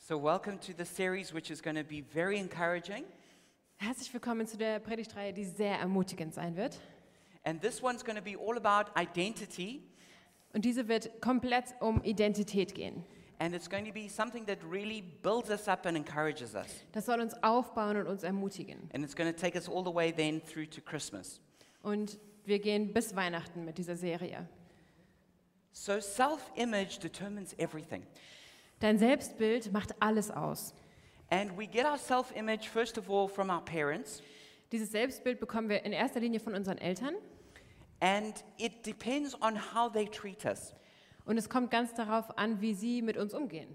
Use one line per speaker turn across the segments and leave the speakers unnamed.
So, welcome to the series, which is going to be very encouraging.
Herzlich willkommen zu der Predigtreihe, die sehr ermutigend sein wird.
And this one's going to be all about identity,
Und diese wird komplett um Identität gehen.
and it's going to be something that really builds us up and encourages us.
Das soll uns aufbauen und uns ermutigen.
And it's going to take us all the way then through to Christmas.
Und wir gehen bis Weihnachten mit dieser Serie.
So, self image determines everything.
Dein Selbstbild macht alles aus.
And we get our self image, first of all, from our parents,
Dieses Selbstbild bekommen wir in erster Linie von unseren Eltern.
and it depends on how they treat us.
Und es kommt ganz darauf an, wie sie mit uns umgehen.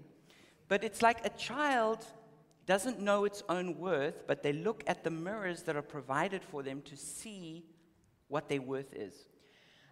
But it's like a child doesn't know its own worth, but they look at the mirrors that are provided for them to see what their worth is.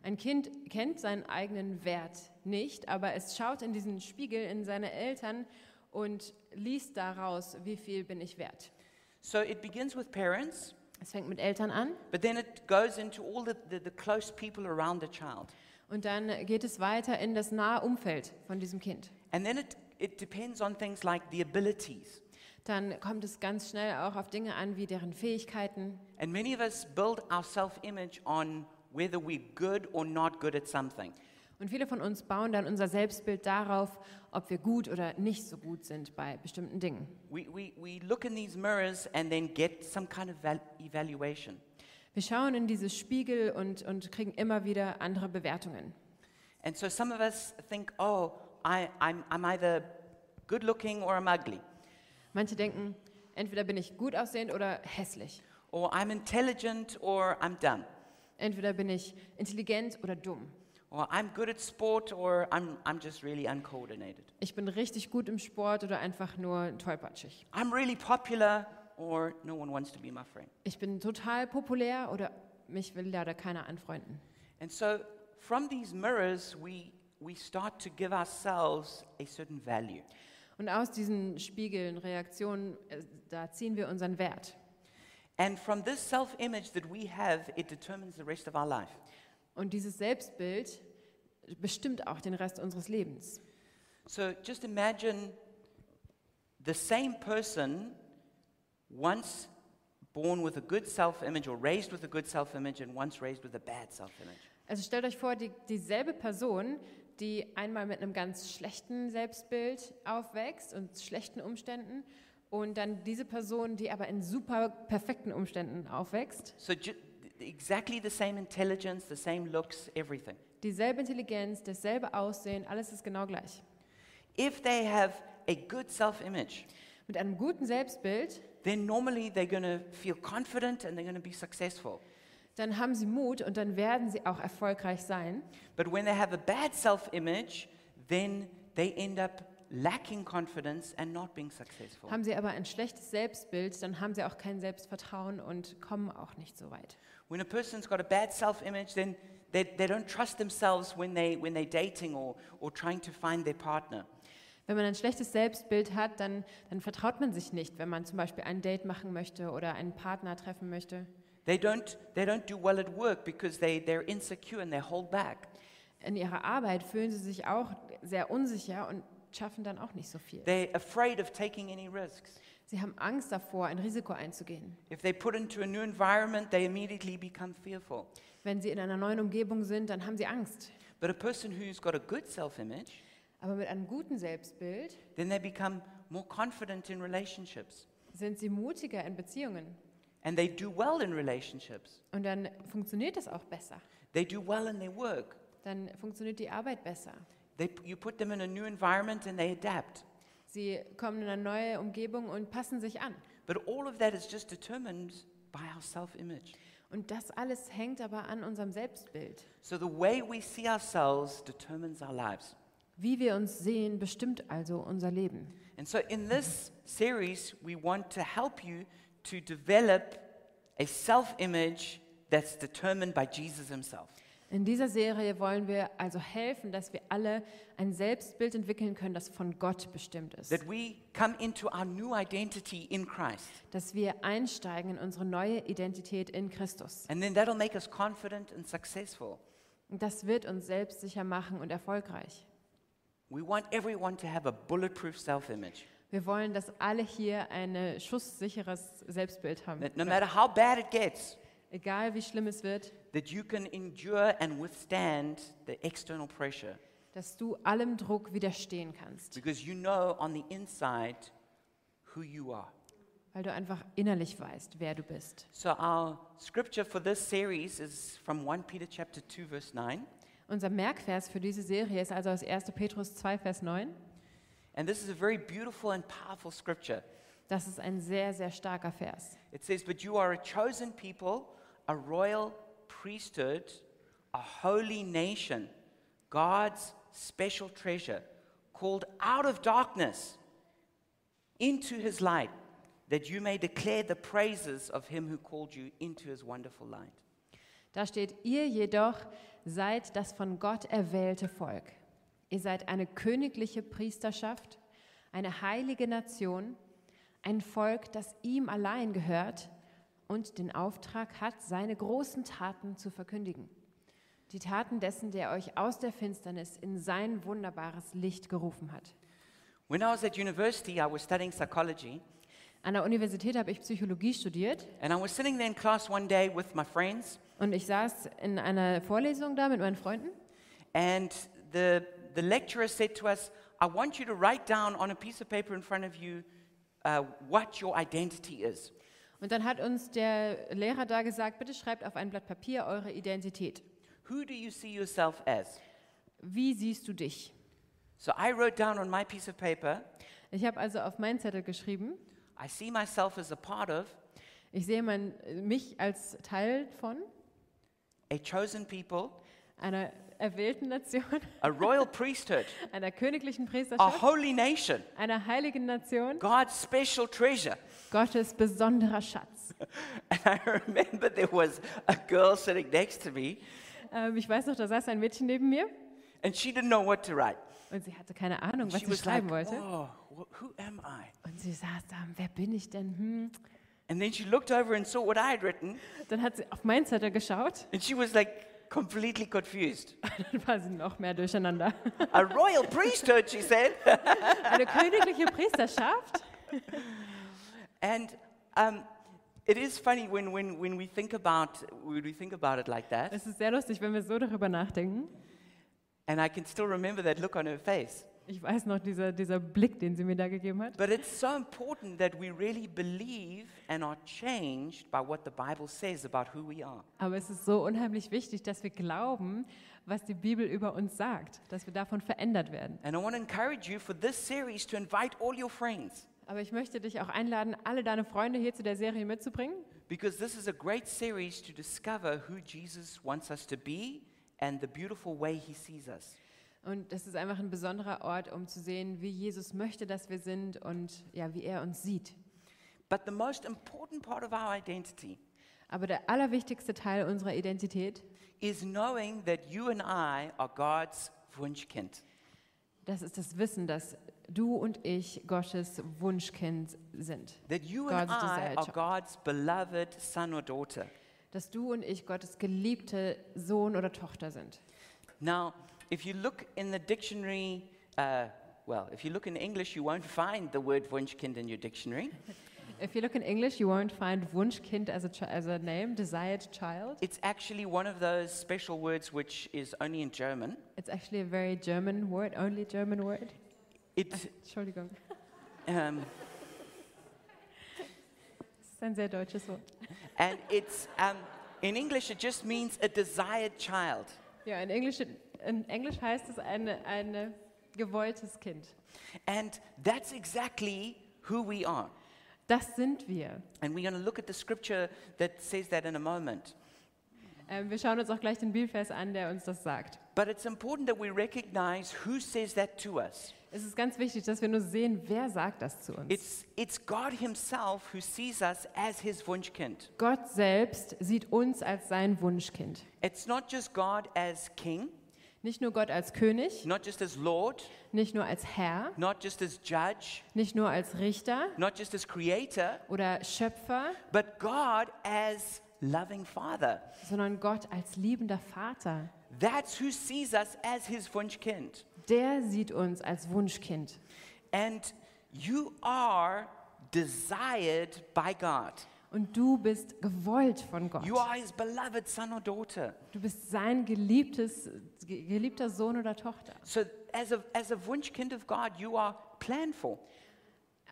Ein Kind kennt seinen eigenen Wert nicht, aber es schaut in diesen Spiegel in seine Eltern und liest daraus, wie viel bin ich wert.
So it begins with parents,
Es fängt mit Eltern an
but then it goes into all the, the, the close people around the child.
und dann geht es weiter in das nahe Umfeld von diesem Kind.
And then it, it depends on things like the abilities.
Dann kommt es ganz schnell auch auf Dinge an wie deren Fähigkeiten.
And many of us build our self image on whether we're good or not good at something.
Und viele von uns bauen dann unser Selbstbild darauf, ob wir gut oder nicht so gut sind bei bestimmten Dingen.
We, we, we look in these mirrors and then get some kind of val- evaluation.
Wir schauen in diese Spiegel und, und kriegen immer wieder andere Bewertungen.
And so some of us think, oh, I, I'm, I'm either good looking or I'm ugly,
Manche denken, entweder bin ich gut aussehend oder hässlich.
or I'm intelligent or I'm dumb,
Entweder bin ich intelligent oder dumm.
or I'm good at sport or I'm, I'm just really uncoordinated.
Ich bin richtig gut im Sport oder einfach nur tollpatschig.
I'm really popular or no one wants to be my friend.
Ich bin total populär oder mich will leider keiner anfreunden.
And so from these mirrors, we, we start to give ourselves a certain value.
Und aus diesen Spiegeln, Reaktionen, äh, da ziehen wir unseren Wert.
And from this self image that we have, it determines the rest of our life.
Und dieses Selbstbild bestimmt auch den Rest unseres Lebens.
So just imagine the same person once born with a good self image or raised with a good self image and once raised with a bad self image.
Also stellt euch vor, die, dieselbe Person, die einmal mit einem ganz schlechten Selbstbild aufwächst und schlechten Umständen und dann diese Person, die aber in super perfekten Umständen aufwächst,
So ju- exactly the same intelligence, the same looks, everything.
dieselbe Intelligenz, dasselbe Aussehen, alles ist genau gleich.
If they have a good self image,
Mit einem guten Selbstbild,
then normally they're going to feel confident and they're going to be successful.
dann haben sie Mut und dann werden sie auch erfolgreich sein.
But when they have a bad self image, then they end up lacking confidence and not being successful.
Haben sie aber ein schlechtes Selbstbild, dann haben sie auch kein Selbstvertrauen und kommen auch nicht so weit.
When a person's got a bad self image, then they, they don't trust themselves when, they, when they're dating or, or trying to find their partner.
Wenn man ein schlechtes Selbstbild hat, dann, dann vertraut man sich nicht, wenn man zum Beispiel ein Date machen möchte oder einen Partner treffen möchte.
They don't, they don't do well at work because they, they're insecure and they hold back.
In ihrer Arbeit fühlen sie sich auch sehr unsicher und schaffen dann auch nicht so viel.
They're afraid of taking any risks.
Sie haben Angst davor, ein Risiko einzugehen.
If they put into a new environment, they immediately become fearful.
Wenn sie in einer neuen Umgebung sind, dann haben sie Angst.
But a person who's got a good self image,
Aber mit einem guten Selbstbild
then they become more confident in relationships
sind sie mutiger in Beziehungen.
and they do well in relationships.
Und dann funktioniert das auch besser.
They do well in their work.
Dann funktioniert die Arbeit besser.
They, you put them in a new environment and they adapt.
Sie kommen in eine neue Umgebung und passen sich an.
But all of that is just determined by our self image.
Und das alles hängt aber an unserem Selbstbild.
So the way we see ourselves determines our lives.
Wie wir uns sehen, bestimmt also unser Leben.
And so in this series, we want to help you to develop a self image that's determined by Jesus himself.
In dieser Serie wollen wir also helfen, dass wir alle ein Selbstbild entwickeln können, das von Gott bestimmt ist.
That we come into our new identity in Christ.
Dass wir einsteigen in unsere neue Identität in Christus.
And then that'll make us confident and successful.
Und das wird uns selbstsicher machen und erfolgreich.
We want everyone to have a bulletproof self image.
Wir wollen, dass alle hier ein schusssicheres Selbstbild haben.
That no matter how bad it gets,
Egal wie schlimm es wird,
that you can endure and withstand the external pressure
dass du allem Druck widerstehen kannst,
because you know on the inside who you are.
weil du einfach innerlich weißt, wer du bist.
So our scripture for this series is from 1 Peter chapter 2 verse 9,
Unser Merkvers für diese Serie ist also aus 1. Petrus 2, Vers 9.
and this is a very beautiful and powerful scripture.
Das ist ein sehr, sehr starker Vers.
It says, "But you are a chosen people, a royal priesthood, a holy nation, God's special treasure, called out of darkness into his light, that you may declare the praises of him who called you into his wonderful light."
Da steht, ihr jedoch seid das von Gott erwählte Volk. Ihr seid eine königliche Priesterschaft, eine heilige Nation, ein Volk, das ihm allein gehört und den Auftrag hat, seine großen Taten zu verkündigen. Die Taten dessen, der euch aus der Finsternis in sein wunderbares Licht gerufen hat.
When I was at university, I was studying psychology,
An der Universität habe ich Psychologie studiert
and I was sitting there in class one day with my friends,
und ich saß in einer Vorlesung da mit meinen Freunden
And the, the lecturer said to us, I want you to write down on a piece of paper in front of you uh, what your identity is.
Und dann hat uns der Lehrer da gesagt, bitte schreibt auf ein Blatt Papier eure Identität.
Who do you see yourself as?
Wie siehst du dich?
So I wrote down on my piece of paper,
Ich habe also auf meinen Zettel geschrieben,
I see myself as a part of
ich sehe mein, mich als Teil von
a chosen people,
einer erwählten Nation,
a royal priesthood,
einer königlichen
a
Priesterschaft,
holy nation,
einer heiligen Nation,
God's special treasure.
Gottes besonderer Schatz.
And I remember there was a girl sitting next to me,
Ähm, ich weiß noch, da saß ein Mädchen neben mir
and she didn't know what to write.
und sie hatte keine Ahnung, was
She
sie
was like,
schreiben wollte.
"Whoa, wh- who am I?
Und sie saß da, wer bin ich denn? Hm.
And then she looked over and saw what I had written,
Dann hat sie auf meinen Zettel geschaut
And she was like completely confused.
und dann war sie noch mehr durcheinander.
A royal priesthood, she said.
Eine königliche Priesterschaft?
And um, it is funny when, when, when, we think about, when we think about it like that.
Es ist sehr lustig, wenn wir so darüber nachdenken.
And I can still remember that look on her face.
Ich weiß noch, dieser, dieser Blick, den sie mir da gegeben hat.
But it's so important that we really believe and are changed by what the Bible says about who we are.
Aber es ist so unheimlich wichtig, dass wir glauben, was die Bibel über uns sagt, dass wir davon verändert werden.
And I want to encourage you for this series to invite all your friends
Aber ich möchte dich auch einladen, alle deine Freunde hier zu der Serie mitzubringen,
because this is a great series to discover who Jesus wants us to be and the beautiful way he sees us.
Und das ist einfach ein besonderer Ort, um zu sehen, wie Jesus möchte, dass wir sind und ja, wie er uns sieht.
But the most important part of our identity
Aber der allerwichtigste Teil unserer Identität,
is knowing that you and I are God's Wunschkind.
das ist das Wissen, dass du und ich Gottes Wunschkind sind.
That you and
God's
I
desired
are
child.
God's beloved son or daughter.
dass du und ich Gottes geliebte Sohn oder Tochter sind.
Now, if you look in the dictionary, uh, well, if you look in English, you won't find the word Wunschkind in your dictionary.
If you look in English, you won't find Wunschkind as a, chi- as a name, desired child.
It's actually one of those special words which is only in German.
It's actually a very German word, only German word.
It,
Entschuldigung,
um,
das ist ein sehr deutsches Wort.
and it's, um, in English, it just means a desired child.
Ja, in Englisch, in Englisch heißt es ein eine gewolltes Kind.
And that's exactly who we are.
Das sind wir.
And we're going to look at the scripture that says that in a moment.
Ähm, wir schauen uns auch gleich den Bibelvers an, der uns das sagt.
But it's important that we recognize who says that to us.
Es ist ganz wichtig, dass wir nur sehen, wer sagt das zu uns.
It's, it's God Himself who sees us as His Wunschkind.
Gott selbst sieht uns als sein Wunschkind.
It's not just God as King,
Nicht nur Gott als König,
not just as Lord,
nicht nur als Herr,
not just as Judge,
nicht nur als Richter
not just as Creator,
oder Schöpfer,
but God as loving Father.
sondern Gott als liebender Vater.
That's who sees us as His Wunschkind.
Der sieht uns als Wunschkind.
And You are desired by God.
Und du bist gewollt von Gott.
You are his beloved son or daughter.
Du bist sein geliebtes, ge- geliebter Sohn oder Tochter.
So as a, as a Wunschkind of God, you are planned for.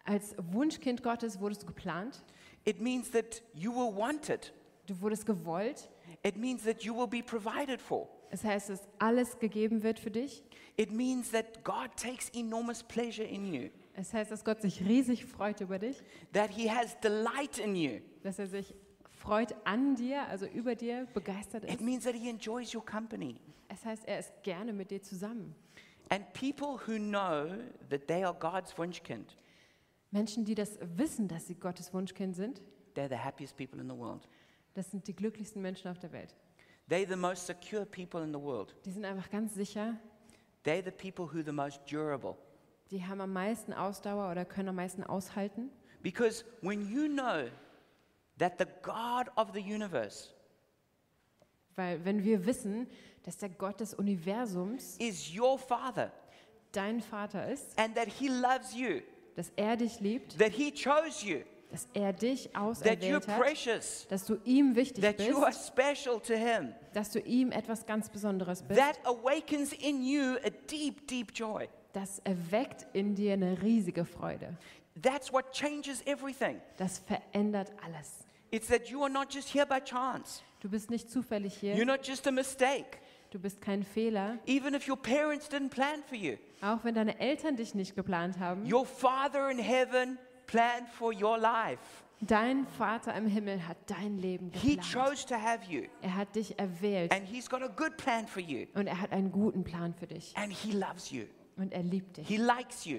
Als Wunschkind Gottes wurdest du geplant,
It means that you will want it.
du wurdest gewollt.
It means that you will be provided for.
Es heißt, dass alles gegeben wird für dich.
It means that God takes enormous pleasure in you,
Es heißt, dass Gott sich riesig freut über dich,
that he has delight in you.
dass er sich freut an dir, also über dir, begeistert
It
ist.
means that he enjoys your company.
Es heißt, er ist gerne mit dir zusammen.
And people who know that they are God's Wunschkind,
Menschen, die das wissen, dass sie Gottes Wunschkind sind,
they're the happiest people in the world.
das sind die glücklichsten Menschen auf der Welt.
They're the most secure people in the world.
Die sind einfach ganz sicher,
They're the people who are the most durable.
die haben am meisten Ausdauer oder können am meisten aushalten.
Because when you know that the God of the universe
Weil wenn wir wissen, dass der Gott des Universums
is your Father
dein Vater ist,
and that He loves you,
dass er dich liebt,
that He chose you,
dass er dich
that you're
auserwählt hat,
precious,
dass du ihm wichtig
that you are
bist,
special to Him,
dass du ihm etwas ganz Besonderes bist,
that awakens in you a deep, deep joy.
das erweckt in dir eine riesige Freude.
That's what changes everything.
Das verändert alles.
It's that you are not just here by chance.
Du bist nicht zufällig
You're
hier,
not just a mistake.
du bist kein Fehler,
Even if your parents didn't plan for you,
auch wenn deine Eltern dich nicht geplant haben.
your Father in heaven planned for your life.
Dein Vater im Himmel hat dein Leben
He
geplant.
chose to have you,
Er hat dich erwählt
and He's got a good plan for you,
und er hat einen guten Plan für dich
and He loves you.
und er liebt dich.
He likes you.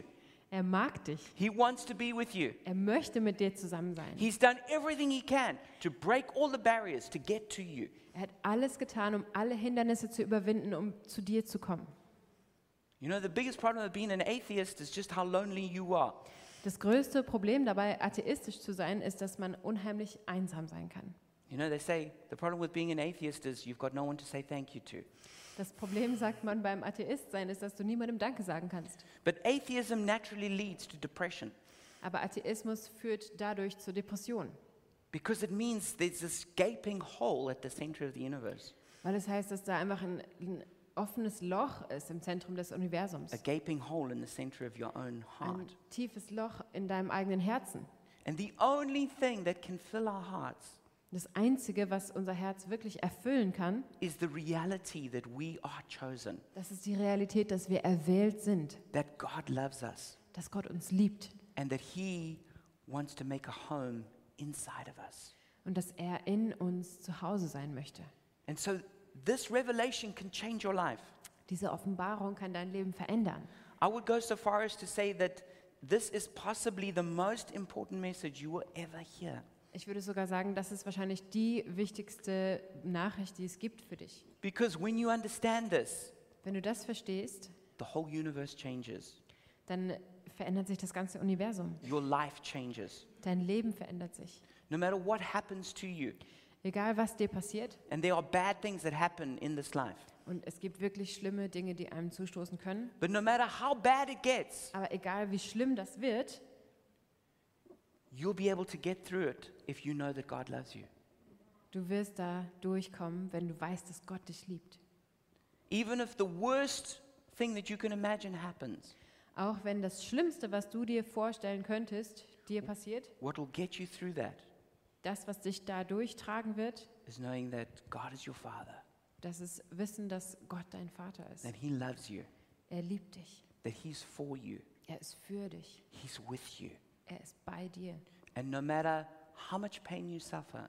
Er mag dich.
He wants to be with you.
Er möchte mit dir zusammen sein.
He's done everything He can to break all the barriers to get to you.
Er hat alles getan, um alle Hindernisse zu überwinden, um zu dir zu kommen.
You know, the biggest problem of being an atheist is just how lonely you are.
Das größte Problem dabei, atheistisch zu sein, ist, dass man unheimlich einsam sein kann.
You know, they say the problem with being an atheist is you've got no one to say thank you to.
Das Problem, sagt man beim Atheistsein, ist, dass du niemandem Danke sagen kannst.
But atheism naturally leads to depression
Aber Atheismus führt dadurch zur Depression,
because it means there's this gaping hole at the center of the universe,
weil es heißt, dass da einfach ein, ein offenes Loch ist im Zentrum des Universums.
a gaping hole in the center of your own
Ein
heart.
tiefes Loch in deinem eigenen Herzen.
And the only thing that can fill our hearts
Das Einzige, was unser Herz wirklich erfüllen kann,
is the reality that we are chosen,
Das ist die Realität, dass wir erwählt sind,
that God loves us,
dass Gott uns liebt
and that He wants to make a home inside of us.
und dass er in uns zu Hause sein möchte.
And so this revelation can change your life.
Diese Offenbarung kann dein Leben verändern.
I would go so far as to say that this is possibly the most important message you will ever hear.
Ich würde sogar sagen, das ist wahrscheinlich die wichtigste Nachricht, die es gibt für dich.
Because when you understand this,
Wenn du das verstehst,
the whole universe changes.
dann verändert sich das ganze Universum.
Your life changes.
Dein Leben verändert sich.
No matter what happens to you,
Egal, was dir passiert.
and there are bad things that happen in this life,
Und es gibt wirklich schlimme Dinge, die einem zustoßen können.
but no matter how bad it gets,
Aber egal, wie schlimm das wird,
you'll be able to get through it if you know that God loves you.
du wirst da durchkommen, wenn du weißt, dass Gott dich liebt.
Even if the worst thing that you can imagine happens,
Auch wenn das Schlimmste, was du dir vorstellen könntest, dir passiert,
what will get you through that
das, was dich da durchtragen wird,
is knowing that God is your Father,
das ist Wissen, dass Gott dein Vater ist.
that He loves you,
Er liebt dich.
that He's for you,
Er ist für dich.
He's with you.
Er ist bei dir.
And no matter how much pain you suffer,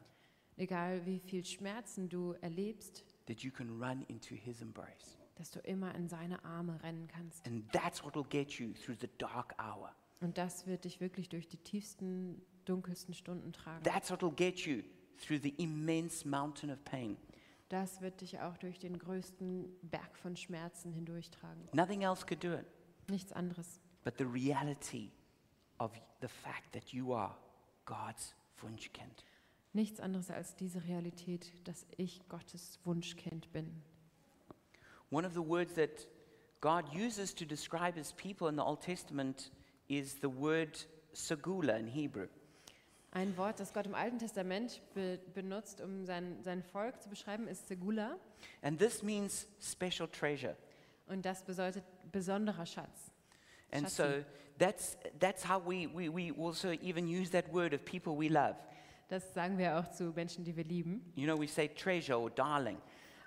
Egal wie viel Schmerzen du erlebst,
that you can run into His embrace.
dass du immer in seine Arme rennen kannst.
And that's what will get you through the dark hour.
Und das wird dich wirklich durch die tiefsten, dunkelsten Stunden tragen.
That's what will get you through the immense mountain of pain.
Das wird dich auch durch den größten Berg von Schmerzen hindurchtragen.
Nothing else could do it.
Nichts anderes.
But the reality of the fact that you are God's Wunschkind.
Nichts anderes als diese Realität, dass ich Gottes Wunschkind bin.
One of the words that God uses to describe his people in the Old Testament is the word segula in Hebrew.
Ein Wort, das Gott im Alten Testament be benutzt, um sein, sein Volk zu beschreiben, ist Segula.
And this means special treasure.
Und das bedeutet besonderer Schatz.
And
Schatzi.
so that's, that's how we, we, we also even use that word of people we love.
Das sagen wir auch zu Menschen, die wir lieben.
You know, we say treasure or darling.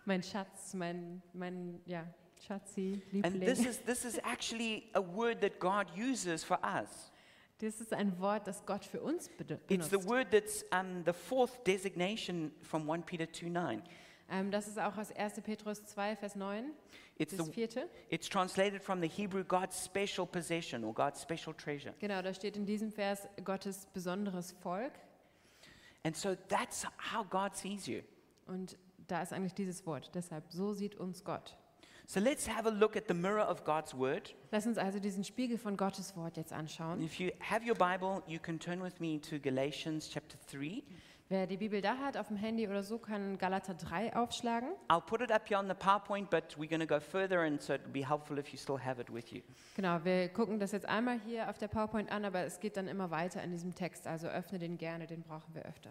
Mein Schatz, mein, mein, ja, Schatzi,
And this
Liebling.
is, this is actually a word that God uses for us.
Das ist ein Wort, das Gott für uns bede-
It's the
benutzt.
word that's um, the fourth designation from 1 Peter 2 9.
Ähm, das ist auch aus 1. Petrus 2, Vers 9,
It's,
das
the,
vierte.
it's translated from the Hebrew God's special possession or God's special treasure.
Genau, da steht in diesem Vers Gottes besonderes Volk.
And so that's how God sees you.
Und da ist eigentlich dieses Wort. Deshalb, so sieht uns Gott.
So let's have a look at the mirror of God's word.
Lass uns also diesen Spiegel von Gottes Wort jetzt
And
anschauen.
if you have your Bible, you can turn with me to Galatians chapter 3.
Wer die Bibel da hat, auf dem Handy oder so, kann Galater 3 aufschlagen.
I'll put it up here on the PowerPoint, but we're going to go further, and so it'll be helpful if you still have it with you.
Genau, wir gucken das jetzt einmal hier auf der PowerPoint an, aber es geht dann immer weiter in diesem Text. Also öffne den gerne, den brauchen wir öfter.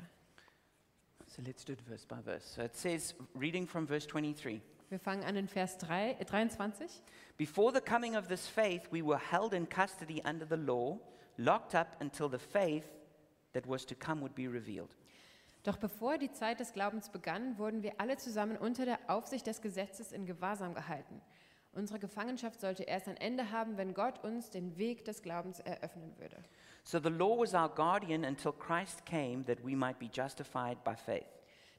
So let's do it verse by verse. So it says, reading from verse 23.
Wir fangen an in Vers 3, äh, 23.
Before the coming of this faith, we were held in custody under the law, locked up until the faith that was to come would be revealed.
Doch bevor die Zeit des Glaubens begann, wurden wir alle zusammen unter der Aufsicht des Gesetzes in Gewahrsam gehalten. Unsere Gefangenschaft sollte erst ein Ende haben, wenn Gott uns den Weg des Glaubens eröffnen würde.
So the law was our guardian until Christ came that we might be justified by faith.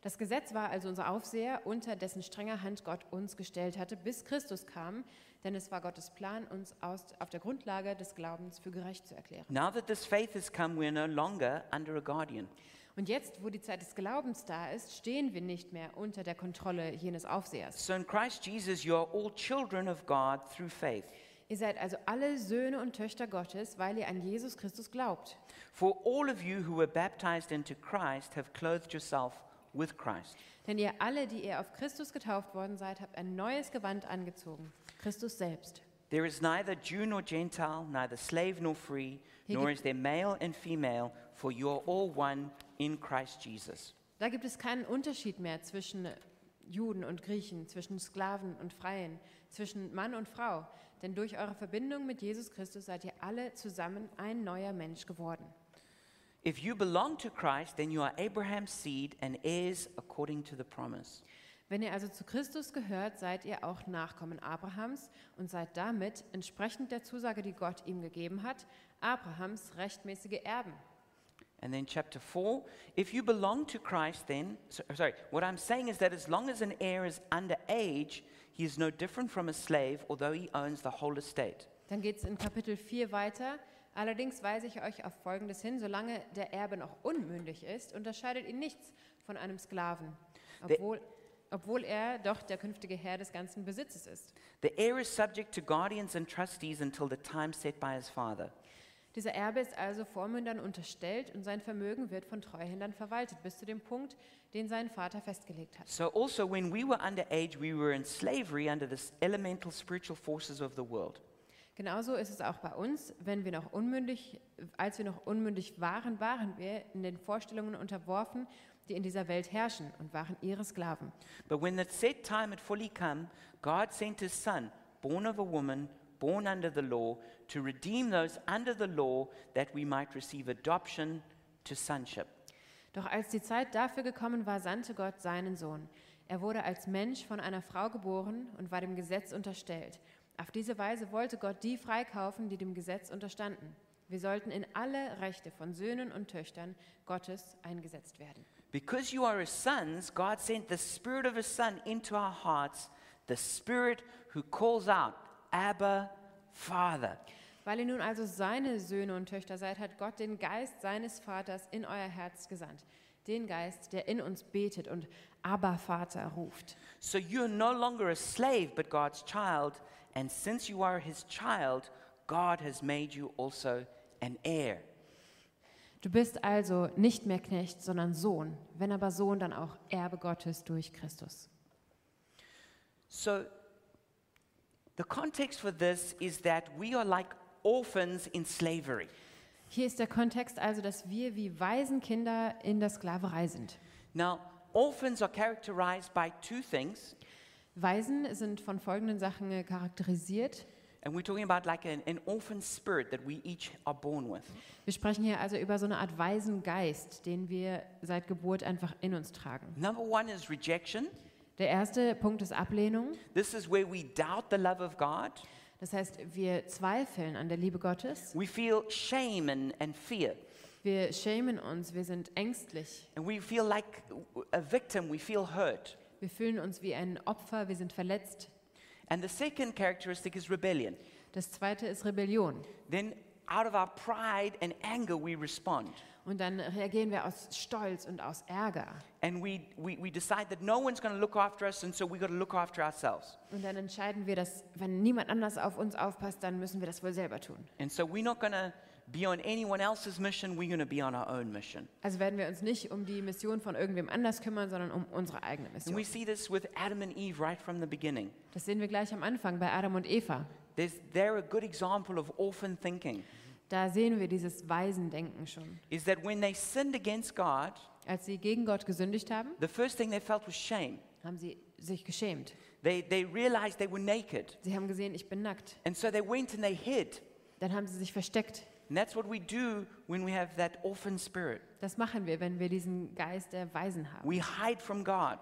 Das Gesetz war also unser Aufseher, unter dessen strenger Hand Gott uns gestellt hatte, bis Christus kam, denn es war Gottes Plan, uns aus, auf der Grundlage des Glaubens für gerecht zu erklären.
Now that this faith has come, we're no longer under a guardian.
Und jetzt, wo die Zeit des Glaubens da ist, stehen wir nicht mehr unter der Kontrolle jenes Aufsehers.
So in Christ Jesus, you are all children of God through faith.
Ihr seid also alle Söhne und Töchter Gottes, weil ihr an Jesus Christus glaubt.
For all of you who were baptized into Christ have clothed yourself with Christ.
Denn ihr alle, die ihr auf Christus getauft worden seid, habt ein neues Gewand angezogen, Christus selbst.
There is neither Jew nor Gentile, neither slave nor free,
Hier
nor
gibt-
is there male and female, for you are all one in Christ Jesus.
Da gibt es keinen Unterschied mehr zwischen Juden und Griechen, zwischen Sklaven und Freien, zwischen Mann und Frau. Denn durch eure Verbindung mit Jesus Christus seid ihr alle zusammen ein neuer Mensch geworden.
If you belong to Christ, then you are Abraham's seed and heirs according to the promise.
Wenn ihr also zu Christus gehört, seid ihr auch Nachkommen Abrahams und seid damit, entsprechend der Zusage, die Gott ihm gegeben hat, Abrahams rechtmäßige Erben.
And then chapter 4, if you belong to Christ, then, so- oh, sorry, what I'm saying is that as long as an heir is under age, he is no different from a slave, although he owns the whole estate.
Dann geht es in Kapitel 4 weiter. Allerdings weise ich euch auf Folgendes hin, solange der Erbe noch unmündig ist, unterscheidet ihn nichts von einem Sklaven,
Der-
obwohl, obwohl er doch der künftige Herr des ganzen Besitzes ist.
The heir is subject to guardians and trustees until the time set by his father.
Dieser Erbe ist also Vormündern unterstellt und sein Vermögen wird von Treuhändern verwaltet, bis zu dem Punkt, den sein Vater festgelegt hat.
So, also, when we were under age, we were in slavery under the s- elemental spiritual forces of the world.
Genauso ist es auch bei uns, wenn wir noch unmündig, als wir noch unmündig waren, waren wir in den Vorstellungen unterworfen, die in dieser Welt herrschen und waren ihre Sklaven.
But when the set time had fully come, God sent his son, born of a woman, born under the law, to redeem those under the law that we might receive adoption to sonship.
Doch als die Zeit dafür gekommen war, sandte Gott seinen Sohn. Er wurde als Mensch von einer Frau geboren und war dem Gesetz unterstellt. Auf diese Weise wollte Gott die freikaufen, die dem Gesetz unterstanden. Wir sollten in alle Rechte von Söhnen und Töchtern Gottes eingesetzt werden.
Because you are his sons, God sent the spirit of his son into our hearts, the spirit who calls out, Abba, Father.
Weil ihr nun also seine Söhne und Töchter seid, hat Gott den Geist seines Vaters in euer Herz gesandt. Den Geist, der in uns betet und Aber Vater ruft.
So you're no longer a slave, but God's child. And since you are his child, God has made you also an heir.
Du bist also nicht mehr Knecht, sondern Sohn. Wenn aber Sohn, dann auch Erbe Gottes durch Christus.
So the context for this is that we are like orphans in slavery.
Hier ist der Kontext also, dass wir wie Waisenkinder in der Sklaverei sind.
Now, orphans are characterized by two things,
Waisen sind von folgenden Sachen äh, charakterisiert.
and we're talking about like an, an orphan spirit that we each are born with.
Wir sprechen hier also über so eine Art Waisengeist, den wir seit Geburt einfach in uns tragen.
Number one is rejection.
Der erste Punkt ist Ablehnung.
This is where we doubt the love of God.
Das heißt, wir zweifeln an der Liebe Gottes.
We feel shame and, and fear.
Wir schämen uns, wir sind ängstlich.
And we feel like a victim, we feel hurt.
Wir fühlen uns wie ein Opfer, wir sind verletzt.
And the second characteristic is rebellion.
Das zweite ist Rebellion.
Then, out of our pride and anger, we respond.
Und dann reagieren wir aus Stolz und aus Ärger.
And we, we, we decide that no one's going to look after us, and so we've got to look after ourselves.
Und dann entscheiden wir, dass wenn niemand anders auf uns aufpasst, dann müssen wir das wohl selber tun.
And so we're not going to be on anyone else's mission, we're going to be on our own mission.
Also werden wir uns nicht um die Mission von irgendwem anders kümmern, sondern um unsere eigene
And we
Mission.
see this with Adam and Eve right from the beginning.
Das sehen wir gleich am Anfang bei Adam und Eva.
There's, they're a good example of orphan thinking,
Da sehen wir dieses Waisendenken schon.
is that when they sinned against God,
Als sie gegen Gott gesündigt haben,
the first thing they felt was shame.
haben sie sich geschämt.
They, they realized they were naked.
Sie haben gesehen, ich bin nackt.
And so they went and they hid.
Dann haben sie sich versteckt.
And that's what we do when we have that orphan spirit.
Das machen wir, wenn wir diesen Geist der Weisen haben.
We hide from God.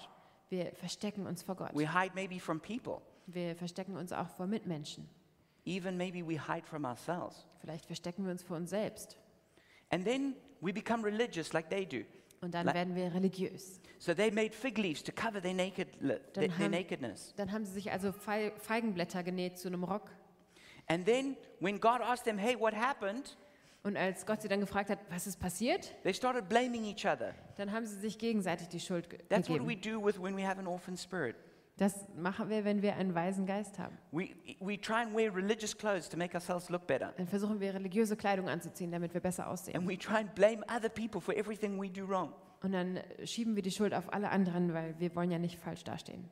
Wir verstecken uns vor Gott.
We hide maybe from people.
Wir verstecken uns auch vor Mitmenschen.
Even maybe we hide from ourselves.
Vielleicht verstecken wir uns vor uns selbst.
And then we become religious like they do.
Und dann
Le-
werden wir religiös.
So they made fig leaves to cover their, naked, li- their, their
haben-
nakedness.
Dann haben sie sich also Fei- Feigenblätter genäht zu einem Rock.
And then when God asked them, hey, what happened?
Und als Gott sie dann gefragt hat, was ist passiert,
They started blaming each other.
dann haben sie sich gegenseitig die Schuld ge
That's what we
gegeben.
do with when we have an orphan spirit.
Das machen wir, wenn wir einen weisen Geist haben.
We, we try and wear religious clothes to make ourselves look better.
Dann versuchen wir, religiöse Kleidung anzuziehen, damit wir besser aussehen.
And we try and blame other people for everything we do wrong.
Und dann schieben wir die Schuld auf alle anderen, weil wir wollen ja nicht falsch dastehen.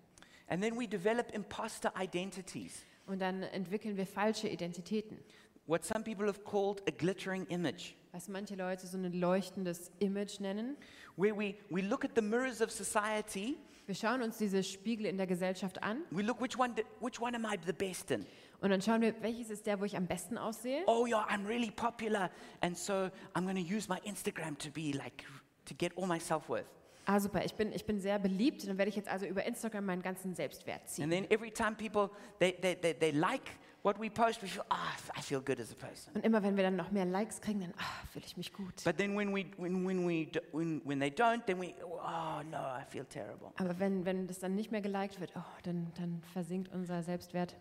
And then we develop imposter identities,
Und dann entwickeln wir falsche Identitäten,
what some people have called a glittering image,
was manche Leute so ein leuchtendes Image nennen.
where we, we look at the mirrors of society,
Wir schauen uns diese Spiegel in der Gesellschaft an
we look which one, d- which one am I the best in?
und dann schauen wir, welches ist der, wo ich am besten aussehe.
Oh yeah, I'm really popular, and so I'm going to use my Instagram to be like, to get all my self-worth.
Ah, super, ich bin, ich bin sehr beliebt. Dann werde ich jetzt also über Instagram meinen ganzen Selbstwert ziehen.
And then every time people, they, they, they, they like what we post, we feel, ah, I feel good as a person.
Und immer wenn wir dann noch mehr Likes kriegen, dann ah, fühle ich mich gut.
But then when, we, when, when, we, d- when, when they don't, then we, oh no, I feel terrible.
Aber wenn, wenn das dann nicht mehr geliked wird, oh, dann, dann versinkt unser Selbstwert.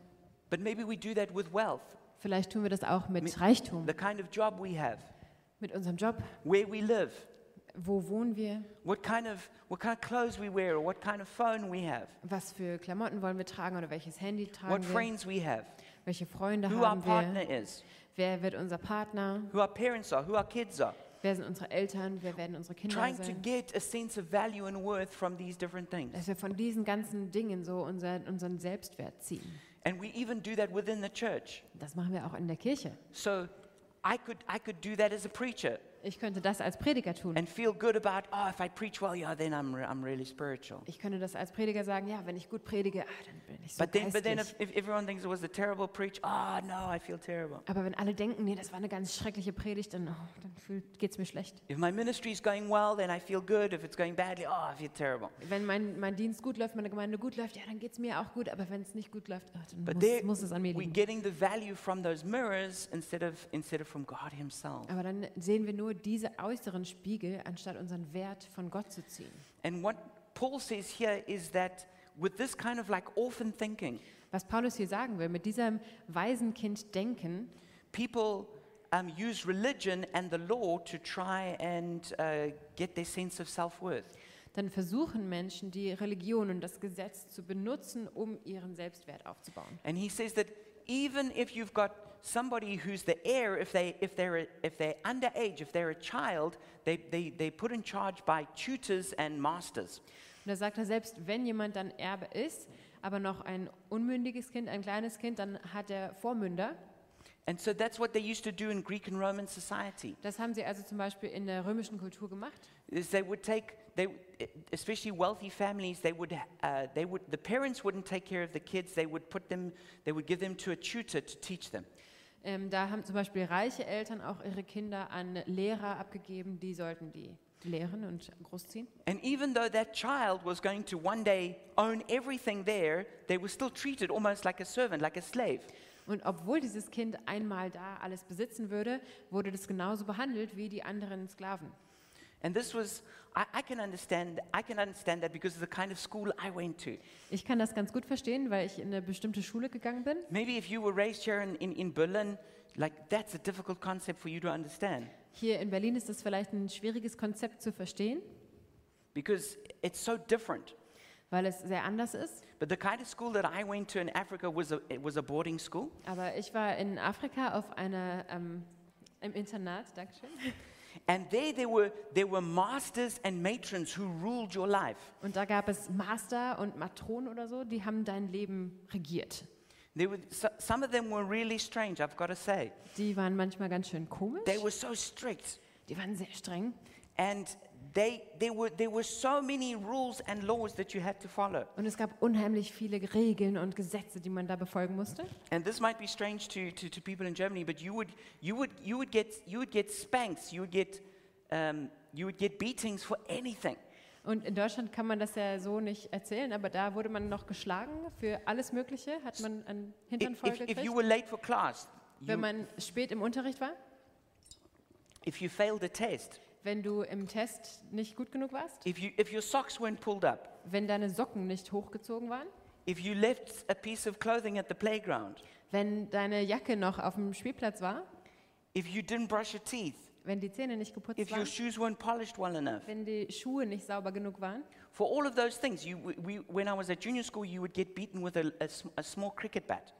But maybe we do that with wealth,
Vielleicht tun wir das auch mit
Mit-
Reichtum,
the kind of job we have,
mit unserem Job.
where we live,
Wo wohnen wir?
what kind of, what kind of clothes we wear, or what kind of phone we have,
Was für Klamotten wollen wir tragen oder welches Handy tragen
what
wir?
friends we have,
Welche Freunde
who our
haben
partner
wir?
is,
Wer wird unser Partner?
who our parents are, who our kids are.
Wer sind unsere Eltern? Wer werden unsere Kinder
Trying to
sein?
get a sense of value and worth from these different things.
Dass wir von diesen ganzen Dingen so unser, unseren Selbstwert ziehen.
And we even do that within the church.
Das machen wir auch in der Kirche.
So I could, I could do that as a preacher
Ich könnte das als Prediger tun.
and feel good about, oh, if I preach well, yeah, then I'm, re- I'm really spiritual.
Ich könnte das als Prediger sagen, ja, wenn ich gut predige, ah, dann bin ich so
But then, but then if,
geistlich.
if everyone thinks it was a terrible preach, oh, no, I feel terrible.
Aber wenn alle denken, nee, das war eine ganz schreckliche Predigt, dann, oh, dann geht es mir schlecht.
If my ministry is going well, then I feel good. If it's going badly, oh, I feel terrible.
Wenn mein, mein Dienst gut läuft, meine Gemeinde gut läuft, ja, dann geht es mir auch gut. Aber wenn es nicht gut läuft, ah, dann
But
muss,
there
muss es an mir
we're
liegen.
getting the value from those mirrors instead of, instead of from God Himself.
Aber dann sehen wir nur diese äußeren Spiegel, anstatt unseren Wert von Gott zu ziehen.
And what Paul says here is that with this kind of like orphan thinking,
Was Paulus hier sagen will, mit diesem Waisenkind-Denken
people um, use religion and the law to try and uh, get their sense of self worth.
dann versuchen Menschen, die Religion und das Gesetz zu benutzen, um ihren Selbstwert aufzubauen.
And he says that even if you've got somebody who's the heir, if, they, if, they're, a- if they're underage, if they're a child, they, they, they're put in charge by tutors and masters.
Und da sagt er, selbst wenn jemand dann Erbe ist, aber noch ein unmündiges Kind, ein kleines Kind, dann hat er Vormünder.
And so that's what they used to do in Greek and Roman society.
Das haben sie also zum Beispiel in der römischen Kultur gemacht.
Is they would take they especially wealthy families they would uh, they would the parents wouldn't take care of the kids they would put them they would give them to a tutor to teach them
Ähm, da haben zum Beispiel reiche Eltern auch ihre Kinder an Lehrer abgegeben, die sollten die lehren und großziehen.
and even though that child was going to one day own everything there they were still treated almost like a servant like a slave
Und obwohl dieses Kind einmal da alles besitzen würde, wurde das genauso behandelt wie die anderen Sklaven.
and this was I, I can understand i can understand that because of the kind of school i went to
Ich kann das ganz gut verstehen, weil ich in eine bestimmte Schule gegangen bin.
maybe if you were raised here in, in, in berlin like that's a difficult concept for you to understand
Hier in Berlin ist das vielleicht ein schwieriges Konzept zu verstehen,
because it's so different
weil es sehr anders ist.
But the kind of school that I went to in Africa was a, it was a boarding school,
Aber ich war in Afrika auf einer, ähm, im Internat, Dankeschön.
and there there were there were masters and matrons who ruled your life.
Und da gab es Master und Matronen oder so, die haben dein Leben regiert.
There were so, some of them were really strange. I've got to say,
Die waren manchmal ganz schön komisch,
they were so strict,
die waren sehr streng.
and they there were there were so many rules and laws that you had to follow.
Und es gab unheimlich viele Regeln und Gesetze, die man da befolgen musste.
And this might be strange to, to, to people in Germany, but you would you would you would get you would get spanks, you would get um, you would get beatings for anything.
Und in Deutschland kann man das ja so nicht erzählen, aber da wurde man noch geschlagen für alles Mögliche, hat man einen Hintern
If,
voll
if, if you
gekriegt.
were late for class, you,
Wenn man spät im Unterricht war,
if you failed a test,
wenn du im Test nicht gut genug warst,
If, you, if your socks weren't pulled up,
wenn deine Socken nicht hochgezogen waren,
if you left a piece of clothing at the playground,
wenn deine Jacke noch auf dem Spielplatz war,
if you didn't brush your teeth,
wenn die Zähne nicht geputzt
if your
waren,
shoes weren't polished well enough,
wenn die Schuhe nicht sauber genug waren.
for all of those things, you, we, we- when I was at junior school, you would get beaten with a, a sm- a small cricket bat.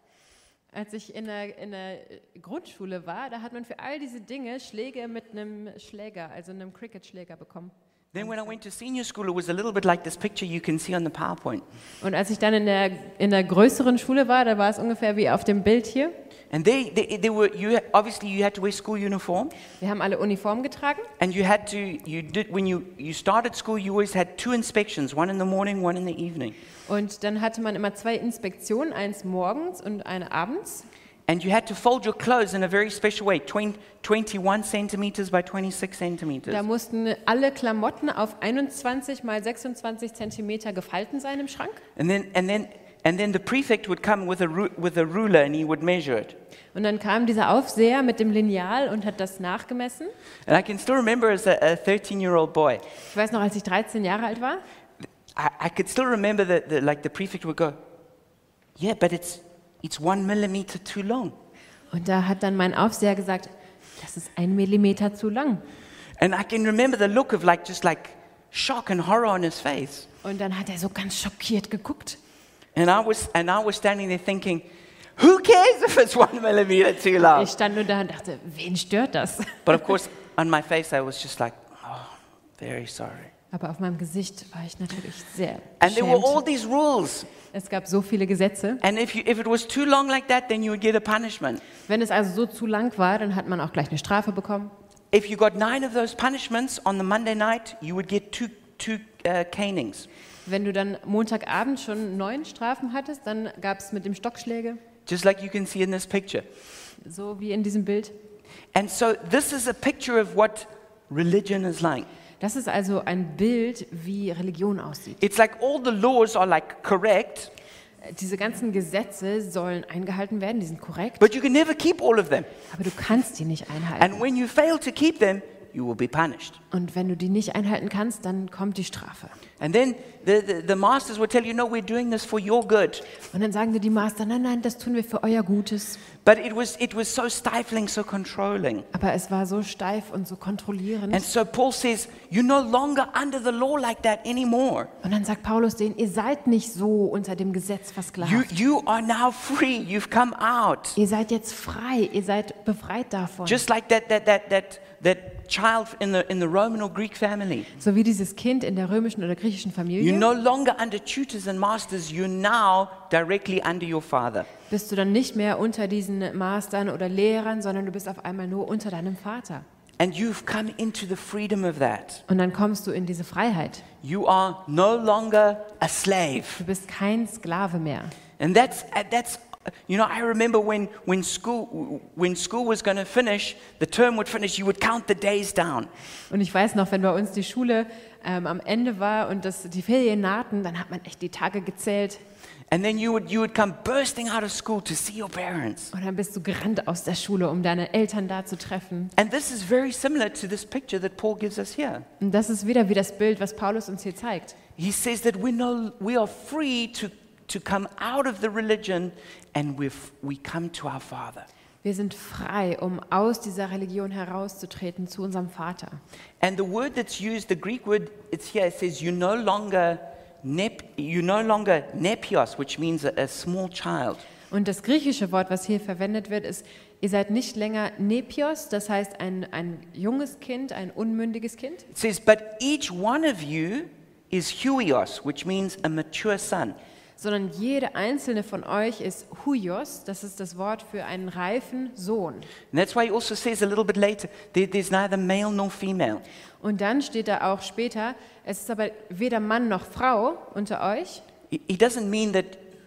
Als ich in der, in der äh, Grundschule war, da hat man für all diese Dinge Schläge mit einem Schläger, also einem Cricket-Schläger bekommen.
Then when I went to senior school, it was a little bit like this picture you can see on the PowerPoint.
Und als ich dann in der, in der größeren Schule war, da war es ungefähr wie auf dem Bild hier.
And they, they, they were, you, obviously you had to wear school uniform,
Wir haben alle Uniform getragen
and you had to, you did, when you, you started school, you always had two inspections, one in the morning, one in the evening.
und dann hatte man immer zwei Inspektionen, eins morgens und eine abends.
And you had to fold your clothes in a very special way, 20, 21 centimeters by 26 centimeters.
Da mussten alle Klamotten auf 21 mal 26 Zentimeter gefalten sein im Schrank.
And then, and then, and then the prefect would come with a, ru- with a ruler and he would measure it.
Und dann kam dieser Aufseher mit dem Lineal und hat das nachgemessen.
And I can still remember as a 13 year old boy,
Ich weiß noch, als ich 13 Jahre alt war,
I, I could still remember that the, like the prefect would go, Yeah, but it's, it's one millimeter too long.
Und da hat dann mein Aufseher gesagt, das ist ein Millimeter zu lang.
And I can remember the look of like just like shock and horror on his face.
Und dann hat er so ganz schockiert geguckt.
And I was, and I was standing there thinking, who cares if it's one millimeter too long?
Ich stand nur da und dachte, wen stört das?
But of course, on my face, I was just like, oh, very sorry.
Aber auf meinem Gesicht war ich natürlich sehr
And there were all
beschämt.
these rules.
Es gab so viele Gesetze.
And if, you, if it was too long like that, then you would get a punishment.
Wenn es also so zu lang war, dann hat man auch gleich eine Strafe bekommen.
If you got nine of those punishments on the Monday night, you would get two, two uh, canings.
Wenn du dann Montagabend schon neun Strafen hattest, dann gab es mit dem Stockschläge,
Just like you can see in this picture.
so wie in diesem Bild.
And so, this is a picture of what religion is like.
Das ist also ein Bild, wie Religion aussieht. Äh,
It's like all the laws are like correct,
Diese ganzen Gesetze sollen eingehalten werden, die sind korrekt.
but you can never keep all of them.
Aber du kannst die nicht einhalten.
And when you fail to keep them, you will be punished.
Und wenn du die nicht einhalten kannst, dann kommt die Strafe.
And then the, the, the masters would tell you, no, we're doing this for your good.
Und dann sagen dir die Master, nein, nein, das tun wir für euer Gutes.
But it was, it was so stifling, so controlling.
Aber es war so steif und so
And
kontrollierend.
so Paul says, you're no longer under the law like that anymore.
Und dann sagt Paulus denen, ihr seid nicht so unter dem Gesetz
You,
versklavt.
you are now free. You've come out.
Ihr seid jetzt frei, ihr seid befreit davon.
Just like that, that, that, that, that child in the, in the Roman or Greek family.
So wie dieses Kind in der römischen oder griechischen
You're
Familie
no longer under tutors and masters, you're now directly under your father.
bist du dann nicht mehr unter diesen Mastern oder Lehrern, sondern du bist auf einmal nur unter deinem Vater.
And you've come into the freedom of that.
Und dann kommst du in diese Freiheit.
You are no longer a slave.
Du bist kein Sklave mehr.
And that's, uh, that's you know, I remember when, when, school, when school was going to finish, the term would finish, you would count the days down.
Und ich weiß noch, wenn bei uns die Schule ähm, am Ende war und das, die Ferien nahten, dann hat man echt die Tage gezählt.
And then you would, you would come bursting out of school to see your parents.
Und dann bist du gerannt aus der Schule, um deine Eltern da zu treffen.
And this is very similar to this picture that Paul gives us here.
Und das ist wieder wie das Bild, was Paulus uns hier zeigt.
He says that we, know, we are free to, to come out of the religion and we we come to our Father.
Wir sind frei, um aus dieser Religion herauszutreten zu unserem Vater.
And the word that's used, the Greek word, it's here, it says, you no longer, nep, you no longer nepios, which means a, a small child.
Und das griechische Wort, was hier verwendet wird, ist, ihr seid nicht länger Nepios, das heißt ein, ein junges Kind, ein unmündiges Kind.
It says, but each one of you is huios, which means a mature son.
sondern jede einzelne von euch ist Huios, das ist das Wort für einen reifen Sohn.
And that's why he also says a little bit later, there, there's neither male nor female.
Und dann steht da auch später, es ist aber weder Mann noch Frau unter euch.
He, he doesn't mean that,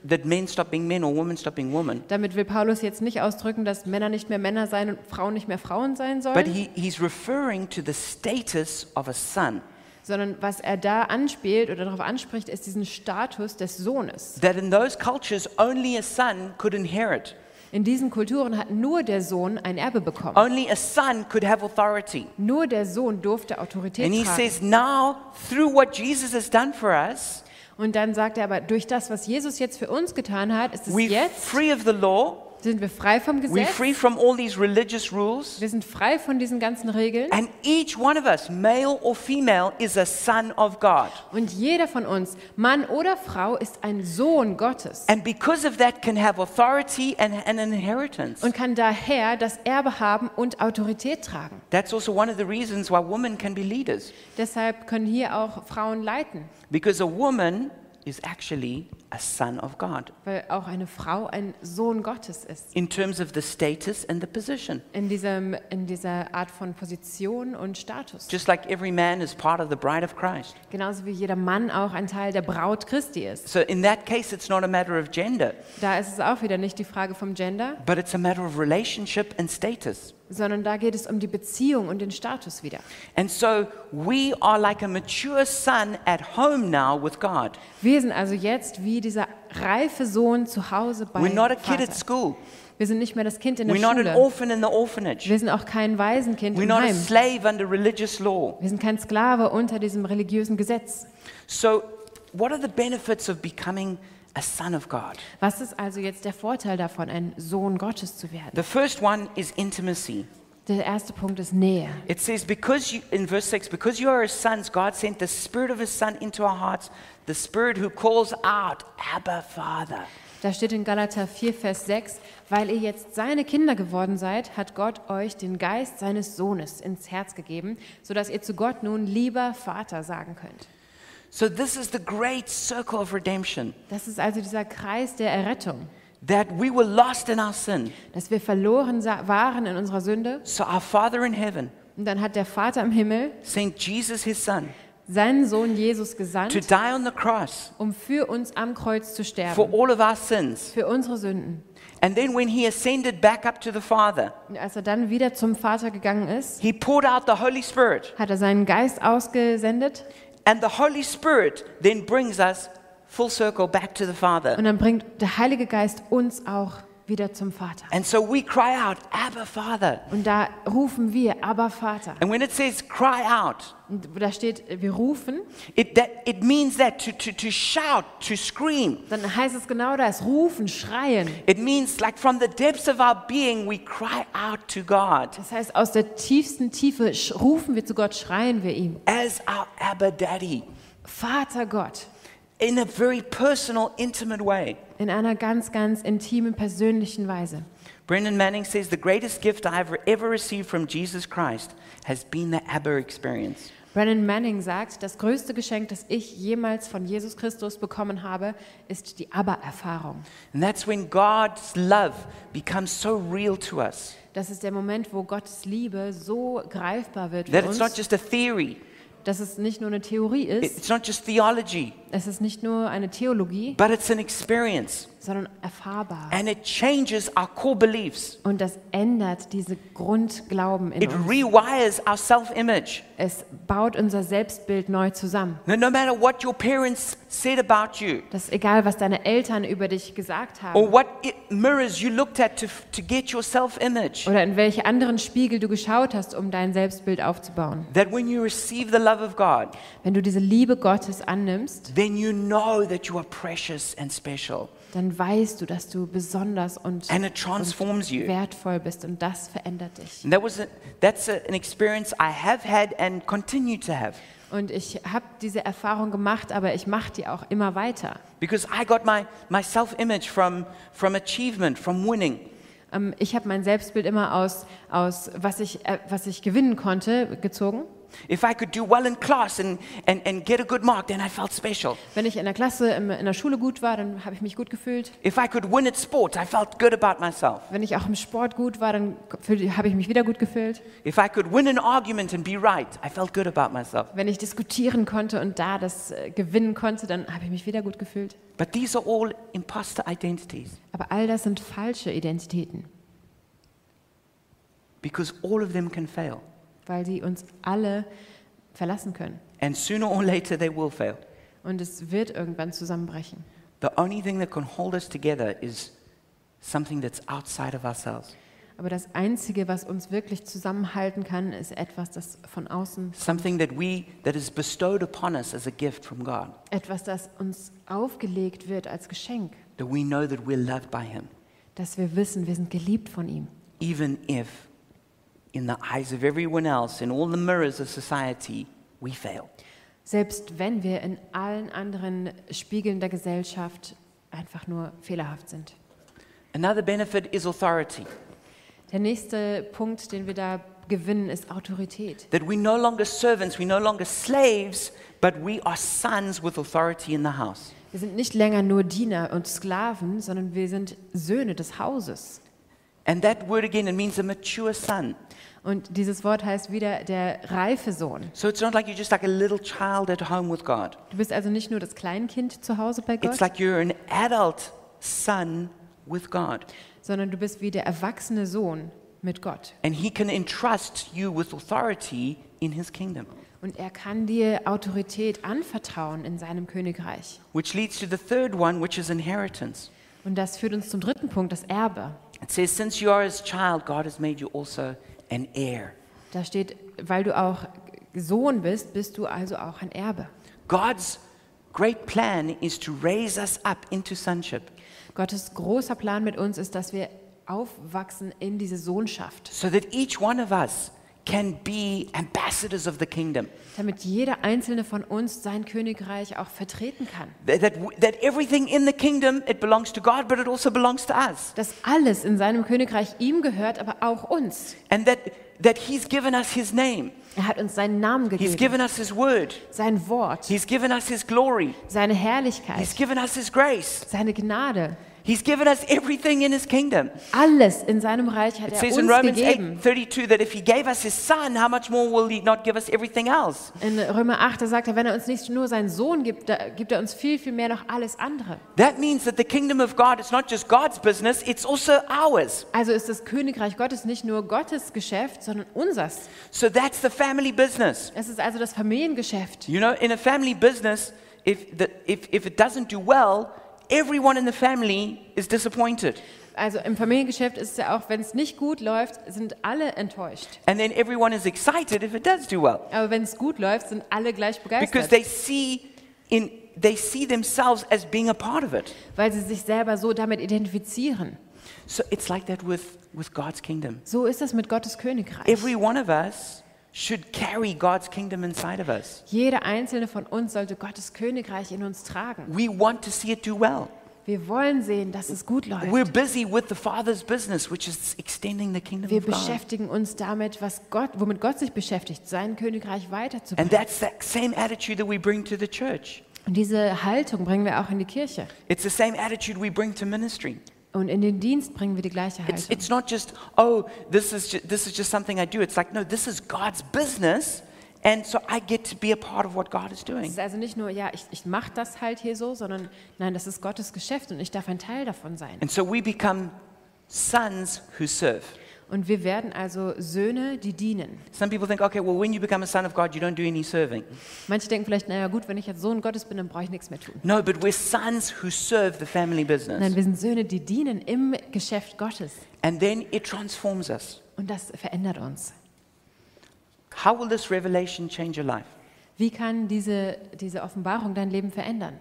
that men stop being men or women stop being women,
Damit will Paulus jetzt nicht ausdrücken, dass Männer nicht mehr Männer sein und Frauen nicht mehr Frauen sein
but
sollen,
he, he's referring to the status of a son.
sondern was er da anspielt oder darauf anspricht, ist diesen Status des Sohnes.
That in those cultures, only a son could inherit,
In diesen Kulturen hat nur der Sohn ein Erbe bekommen.
only a son could have authority.
Nur der Sohn durfte Autorität
And he
tragen.
says, now, through what Jesus has done for us,
Und dann sagt er aber, durch das, was Jesus jetzt für uns getan hat, ist es
we're
jetzt
free of the law,
sind wir frei vom
we're
Gesetz.
free from all these religious rules,
Wir sind frei von diesen ganzen Regeln.
and each one of us, male or female, is a son of God.
Und jeder von uns, Mann oder Frau, ist ein Sohn Gottes
And because of that, can have authority and, and an inheritance.
und kann daher das Erbe haben und Autorität tragen.
That's also one of the reasons why women can be leaders,
Deshalb können hier auch Frauen leiten,
because a woman is actually a son of God
weil auch eine Frau ein Sohn Gottes ist.
in terms of the status and the position.
In, diesem, in dieser Art von Position und Status.
Just like every man is part of the bride of Christ.
Genauso wie jeder Mann auch ein Teil der Braut Christi ist.
So, in that case, it's not a matter of gender.
Da ist es auch wieder nicht die Frage vom Gender,
But it's a matter of relationship and status.
sondern da geht es um die Beziehung und den Status wieder.
And so we are like a mature son at home now with God.
Wir sind also jetzt wie dieser reife Sohn zu Hause bei
We're not a kid
Vater.
at school.
Wir sind nicht mehr das Kind in der
We're not an
Schule.
orphan in the orphanage.
Wir sind auch kein Waisenkind
We're
im
not a
Heim.
slave under religious law.
Wir sind kein Sklave unter diesem religiösen Gesetz.
So, what are the benefits of becoming a son of God?
Was ist also jetzt der Vorteil davon, ein Sohn Gottes zu werden?
The first one is intimacy.
Der erste Punkt ist Nähe.
It says, because you, in verse 6, because you are his sons, God sent the spirit of his son into our hearts, the spirit who calls out, Abba, Father.
Da steht in Galater 4, Vers 6, weil ihr jetzt seine Kinder geworden seid, hat Gott euch den Geist seines Sohnes ins Herz gegeben, sodass ihr zu Gott nun lieber Vater sagen könnt.
So, this is the great circle of redemption.
Das ist also dieser Kreis der Errettung.
that we were lost in our sin.
dass wir verloren sa- waren in unserer Sünde.
So our Father in heaven
Und dann hat der Vater im Himmel
sent Jesus, his Son,
seinen Sohn Jesus
to
gesandt,
die on the cross
um für uns am Kreuz zu
for
sterben,
all of our sins.
für unsere Sünden.
And then when he ascended back up to the Father,
Und als er dann wieder zum Vater gegangen ist,
he poured out the Holy Spirit.
hat er seinen Geist ausgesendet
And the Holy Spirit then brings us full circle back to the Father.
und dann bringt der Heilige Geist uns auch wieder zum Vater.
And so we cry out, Abba, Father.
Und da rufen wir, aber Vater.
And when it says cry out,
Und da steht, wir rufen,
it, that, it means that to, to, to shout, to scream.
dann heißt es genau das, rufen, schreien.
It means like from the depths of our being, we cry out to God
Das heißt, aus der tiefsten Tiefe sch- rufen wir zu Gott, schreien wir ihm,
as our Abba Daddy.
Vater Gott.
in a very personal, intimate way.
In einer ganz, ganz intimen, persönlichen Weise.
Brendan Manning says the greatest gift I have ever received from Jesus Christ has been the Abba experience.
Brennan Manning sagt, das größte Geschenk, das ich jemals von Jesus Christus bekommen habe, ist die Aber-Erfahrung.
And that's when God's love becomes so real to us
Das ist der Moment, wo Gottes Liebe so greifbar wird für
that it's not
uns,
just a theory,
dass es nicht nur eine Theorie ist,
it's not just theology,
es ist nicht nur eine Theologie,
but it's an experience.
sondern erfahrbar.
And it changes our core beliefs,
Und das ändert diese Grundglauben in
it
uns.
rewires our self image.
Es baut unser Selbstbild neu zusammen.
No matter what your parents said about you,
Das ist egal, was deine Eltern über dich gesagt
or
haben
what i mirrors you looked at to, f- to get your self image.
oder in welche anderen Spiegel du geschaut hast, um dein Selbstbild aufzubauen.
That when you receive the love of God,
Wenn du diese Liebe Gottes annimmst,
then you know that you are precious and special.
dann weißt du, dass du besonders und
And it transforms you.
wertvoll bist und das verändert dich.
And that was a, that's a, an experience I have had and continue to have
Und ich habe diese Erfahrung gemacht, aber ich mache die auch immer weiter.
because I got my, my self image from, from achievement, from winning.
Ähm, Ich habe mein Selbstbild immer aus, aus was, ich, äh, was ich gewinnen konnte, gezogen.
If I could do well in class and, and, and get a good mark, then I felt special.
Wenn ich in der Klasse, im- in der Schule gut war, dann habe ich mich gut gefühlt.
If I could win at sport, I felt good about myself.
Wenn ich auch im Sport gut war, dann fühl- habe ich mich wieder gut gefühlt.
If I could win an argument and be right, I felt good about myself.
Wenn ich diskutieren konnte und da das äh, gewinnen konnte, dann habe ich mich wieder gut gefühlt.
But these are all imposter identities
Aber all das sind falsche Identitäten,
because all of them can fail.
weil sie uns alle verlassen können.
And sooner or later, they will fail.
Und es wird irgendwann zusammenbrechen.
The only thing that can hold us together is something that's outside of ourselves,
Aber das Einzige, was uns wirklich zusammenhalten kann, ist etwas, das von außen,
something that we that is bestowed upon us as a gift from God.
etwas, das uns aufgelegt wird als Geschenk,
That we know that we're loved by Him,
dass wir wissen, wir sind geliebt von ihm.
even if, in the eyes of everyone else, in all the mirrors of society, we fail.
Selbst wenn wir in allen anderen Spiegeln der Gesellschaft einfach nur fehlerhaft sind.
Another benefit is authority.
Der nächste Punkt, den wir da gewinnen, ist Autorität.
That we're no longer servants, we're no longer slaves, but we are sons with authority in the house.
Wir sind nicht länger nur Diener und Sklaven, sondern wir sind Söhne des Hauses.
And that word again, it means a mature son.
Und dieses Wort heißt wieder der reife Sohn.
So it's not like you're just like a little child at home with God.
Du bist also nicht nur das Kleinkind zu Hause bei Gott,
It's like you're an adult son with God.
sondern du bist wie der erwachsene Sohn mit Gott.
And He can entrust you with authority in His kingdom.
Und er kann dir Autorität anvertrauen in seinem Königreich.
Which leads to the third one, which is inheritance.
Und das führt uns zum dritten Punkt, das Erbe.
It says, Since you are His child, God has made you also an heir.
Da steht, weil du auch Sohn bist, bist du also auch ein Erbe.
God's great plan is to raise us up into sonship
Gottes großer Plan mit uns ist, dass wir aufwachsen in diese Sohnschaft,
so that each one of us can be ambassadors of the kingdom.
damit jeder einzelne von uns sein Königreich auch vertreten kann.
That, that, w- that everything in the kingdom, it belongs to God, but it also belongs to us.
Dass alles in seinem Königreich ihm gehört, aber auch uns.
And that, that He's given us His name.
Er hat uns seinen Namen
He's
gegeben,
given us His word.
sein Wort,
He's given us His glory.
seine
He's
Herrlichkeit,
given us His grace.
seine Gnade.
He's given us everything in His kingdom.
Alles in seinem Reich hat
It
er
says in
uns
Romans 8
gegeben.
32 that if He gave us His Son, how much more will He not give us everything else?
In Römer 8, da sagt er, wenn er uns nicht nur seinen Sohn gibt, da gibt er uns viel, viel mehr noch alles andere.
That means that the kingdom of God is not just God's business, it's also ours.
Also ist das Königreich Gottes nicht nur Gottes Geschäft, sondern unsers.
So that's the family business.
Es ist also das Familiengeschäft.
You know, in a family business, if, the, if, if it doesn't do well, everyone in the family is disappointed.
Also im Familiengeschäft ist es ja auch, wenn es nicht gut läuft, sind alle enttäuscht.
And then everyone is excited if it does do well.
Aber wenn es gut läuft, sind alle gleich
because
begeistert,
they see in they see themselves as being a part of it
weil sie sich selber so damit identifizieren.
so it's like that with with god's kingdom
So ist das mit Gottes Königreich.
every one of us should carry god's kingdom inside of us
Jeder einzelne von uns sollte Gottes Königreich in uns tragen.
we want to see it do well
Wir wollen sehen, dass es gut
We're
läuft.
busy with the Father's business, which is extending the kingdom
Wir
of God.
beschäftigen uns damit, was Gott, womit Gott sich beschäftigt, sein Königreich
And
weiterzubringen.
that's that same attitude that we bring to the church.
Und diese Haltung bringen wir auch in die Kirche.
It's the same attitude we bring to ministry.
Und in den Dienst bringen wir die gleiche
It's,
Haltung.
it's not just, oh, this is, ju- this is just something I do. It's like, no, this is God's business, and so I get to be a part of what God is
Es
doing.
ist also nicht nur, ja, ich, ich mache das halt hier so, sondern nein, das ist Gottes Geschäft und ich darf ein Teil davon sein.
And so we become sons who serve.
Und wir werden also Söhne, die dienen.
Some people think, okay, well, when you become a son of God, you don't do any serving.
Manche denken vielleicht, naja gut, wenn ich jetzt Sohn Gottes bin, dann brauche ich nichts mehr tun.
No, but we're sons who serve the family
Nein,
business.
wir sind Söhne, die dienen im Geschäft Gottes.
And then it transforms us.
Und das verändert uns.
How will this revelation change your life?
Wie kann diese, diese Offenbarung dein Leben verändern?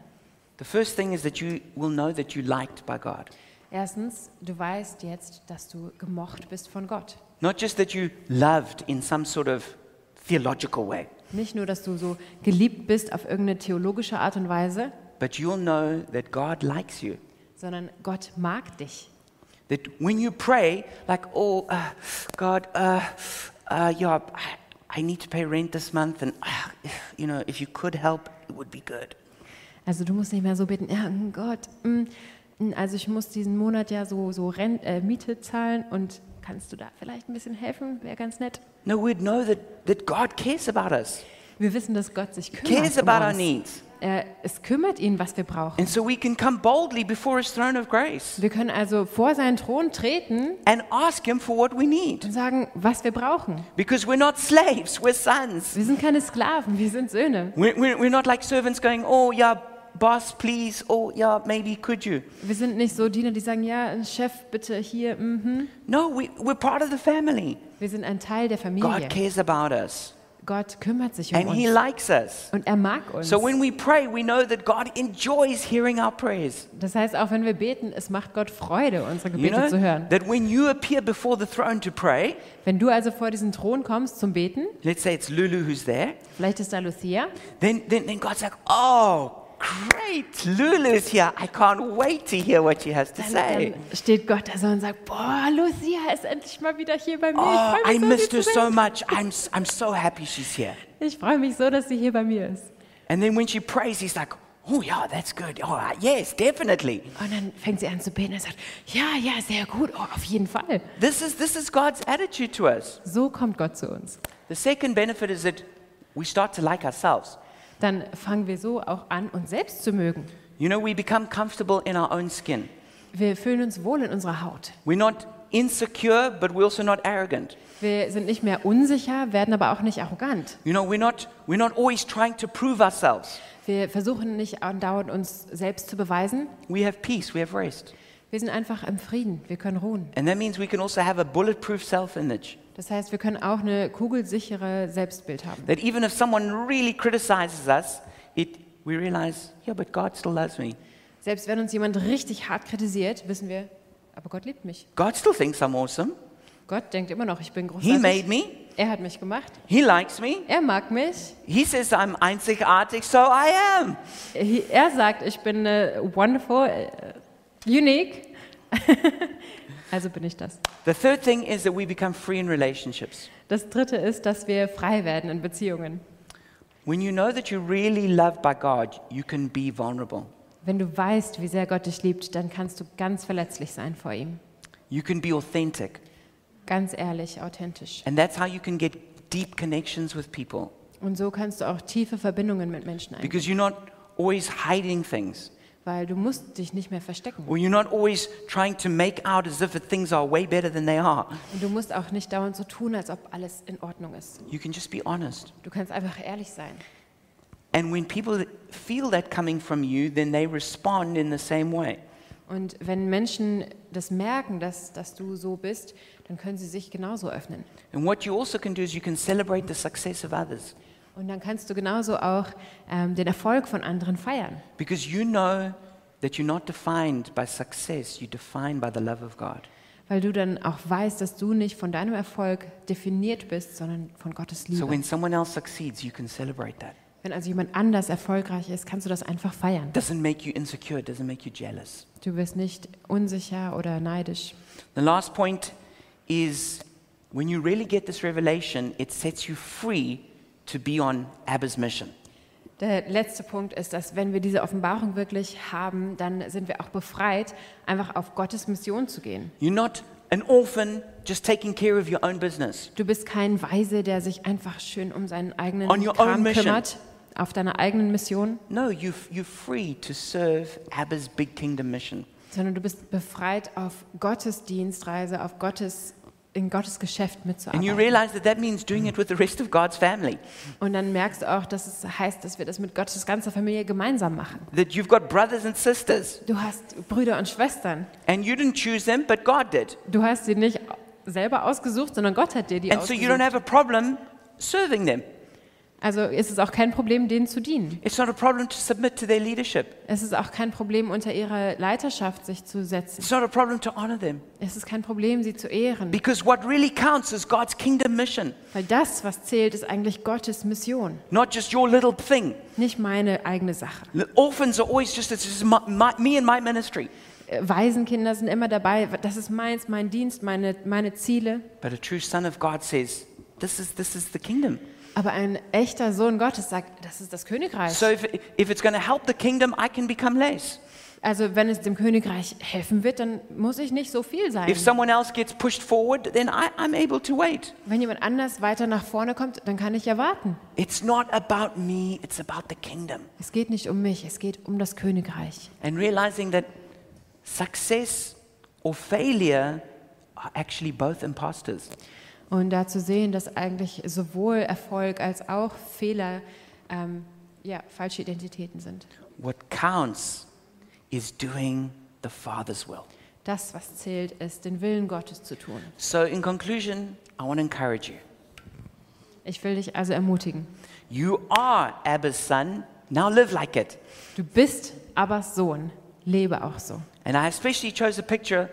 The first thing is that you will know that you're liked by God.
Erstens, du weißt jetzt, dass du gemocht bist von Gott.
Not just that you loved in some sort of theological way,
Nicht nur, dass du so geliebt bist auf irgendeine theologische Art und Weise,
but you'll know that God likes you.
sondern Gott mag dich.
That when you pray, like, oh, uh, God, uh, uh, yeah, I, I need to pay rent this month, and, uh, if, you know, if you could help, it would be good.
Also du musst nicht mehr so beten, ja, mm, Gott, mm, mm, also ich muss diesen Monat ja so, so Ren äh, Miete zahlen und kannst du da vielleicht ein bisschen helfen? Wäre ganz nett.
No, we'd know that, that God cares about us,
Wir wissen, dass Gott sich kümmert.
cares about
um
our
uns.
needs.
Er, es kümmert ihn, was wir brauchen.
And so we can come boldly before his throne of grace
Wir können also vor seinen Thron treten
and ask him for what we need.
und sagen, was wir brauchen.
Because we're not slaves, we're sons.
Wir sind keine Sklaven, wir sind Söhne.
We're, we're, we're not like servants going, oh, yeah, boss, please, oh, yeah, maybe could you?
Wir sind nicht so Diener, die sagen, ja, Chef, bitte hier. Mhm.
No, we, we're part of the family.
Wir sind ein Teil der Familie.
God cares about us
Gott kümmert sich um
and He
uns
likes us.
und er mag uns.
So when we pray, we know that God enjoys hearing our prayers.
Das heißt, auch wenn wir beten, es macht Gott Freude, unsere
You
Gebete
know,
zu hören.
that when you appear before the throne to pray,
Wenn du also vor diesen Thron kommst zum Beten,
let's say it's Lulu who's there,
vielleicht ist da Lucia,
then, then, then God's like, oh, great, Lulu's here. I can't wait to hear what she has to
dann,
say.
dann steht Gott da so und sagt, boah, Lucia ist endlich mal wieder hier bei mir.
Oh,
ich
I
freue mich, so,
missed
sie
her
zu sehen.
so much. I'm, s- I'm so happy she's here.
ich freue mich so, dass sie hier bei mir ist.
And then when she prays, he's like, oh, yeah, that's good. All right, yes, definitely.
Und dann fängt sie an zu beten und sagt, ja, ja, sehr gut, oh, auf jeden Fall.
This is, this is God's attitude to us.
So kommt Gott zu uns.
The second benefit is that we start to like ourselves.
Dann fangen wir so auch an, uns selbst zu mögen.
You know, we become comfortable in our own skin.
Wir fühlen uns wohl in unserer Haut.
We're not insecure, but we're also not arrogant.
Wir sind nicht mehr unsicher, werden aber auch nicht arrogant.
You know, we're not, we're not always trying to prove ourselves.
Wir versuchen nicht andauernd uns selbst zu beweisen.
We have peace, we have rest.
Wir sind einfach im Frieden, wir können ruhen.
And that means we can also have a bulletproof self image.
Das heißt, wir können auch eine kugelsichere Selbstbild haben.
That even if someone really criticizes us, it, we realize, yeah, but God still loves me.
Selbst wenn uns jemand richtig hart kritisiert, wissen wir, aber Gott liebt mich.
God still thinks I'm awesome.
Gott denkt immer noch, ich bin
He
großartig.
made me,
Er hat mich gemacht.
He likes me.
Er mag mich.
He says I'm einzigartig, so I am.
Er sagt, ich bin äh, wonderful, äh, unique. also bin ich das.
The third thing is that we become free in relationships.
Das dritte ist, dass wir frei werden in Beziehungen.
When you know that you're really loved by God, you can be vulnerable.
Wenn du weißt, wie sehr Gott dich liebt, dann kannst du ganz verletzlich sein vor ihm.
You can be authentic.
Ganz ehrlich, authentisch.
And that's how you can get deep connections with people
Und so kannst du auch tiefe Verbindungen mit Menschen eingehen.
because you're not always hiding things
Weil du musst dich nicht mehr verstecken.
or you're not always trying to make out as if things are way better than they are.
Und du musst auch nicht dauernd so tun, als ob alles in Ordnung ist.
You can just be honest.
Du kannst einfach ehrlich sein.
And when people feel that coming from you, then they respond in the same way.
Und wenn Menschen das merken, dass, dass du so bist, dann können sie sich genauso öffnen.
And what you also can do is you can celebrate the success of others
Und dann kannst du genauso auch ähm, den Erfolg von anderen feiern.
because you know that you're not defined by success, you're defined by the love of God.
Weil du dann auch weißt, dass du nicht von deinem Erfolg definiert bist, sondern von Gottes Liebe.
So when someone else succeeds, you can celebrate that.
Wenn also jemand anders erfolgreich ist, kannst du das einfach feiern.
Doesn't make you insecure, doesn't make you jealous.
Du wirst nicht unsicher oder neidisch.
The last point is when you really get this revelation, it sets you free to be on Abba's mission.
Der letzte Punkt ist, dass wenn wir diese Offenbarung wirklich haben, dann sind wir auch befreit, einfach auf Gottes Mission zu gehen.
You're not an orphan just taking care of your own business.
Du bist kein Weise, der sich einfach schön um seinen eigenen
On your own
Kram
mission.
kümmert, auf deiner eigenen Mission,
No, you you're free to serve Abba's big kingdom mission.
sondern du bist befreit, auf Gottes Dienstreise, auf Gottes, in Gottes Geschäft
And you
mitzuarbeiten.
realize that that means doing it with the rest of God's family.
Und dann merkst du auch, dass es heißt, dass wir das mit Gottes ganzer Familie gemeinsam machen.
That you've got brothers and sisters,
Du hast Brüder und Schwestern.
and you didn't choose them, but God did.
Du hast sie nicht selber ausgesucht, sondern Gott hat dir die
And so you don't
ausgesucht.
have a problem serving them.
Also ist es auch kein Problem, denen zu dienen.
It's not a problem to submit to their leadership.
Es ist auch kein Problem, unter ihre Leiterschaft sich zu setzen.
It's not a problem to honor them.
Es ist kein Problem, sie zu ehren.
Because what really counts is God's kingdom mission,
Weil das, was zählt, ist eigentlich Gottes Mission,
not just your little thing.
nicht meine eigene Sache.
The Orphans are always just, it's just my, my, me and my ministry.
Äh, Waisenkinder sind immer dabei. Das ist meins, mein Dienst, meine, meine Ziele.
But a true son of God says, this is, this is the kingdom.
Aber ein echter Sohn Gottes sagt, das ist das Königreich.
So if, if it's going to help the kingdom, I can become less.
Also wenn es dem Königreich helfen wird, dann muss ich nicht so viel sein.
If someone else gets pushed forward, then I, I'm able to wait.
Wenn jemand anders weiter nach vorne kommt, dann kann ich ja warten.
It's not about me, it's about the kingdom.
Es geht nicht um mich, es geht um das Königreich.
And realizing that success or failure are actually both imposters.
Und da zu sehen, dass eigentlich sowohl Erfolg als auch Fehler ähm, ja, falsche Identitäten sind.
What counts is doing the Father's will.
Das, was zählt, ist, den Willen Gottes zu tun.
So, in conclusion, I want to encourage you.
Ich will dich also ermutigen.
You are Abba's son. Now live like it.
Du bist Abbas Sohn, lebe auch so.
And I especially chose a picture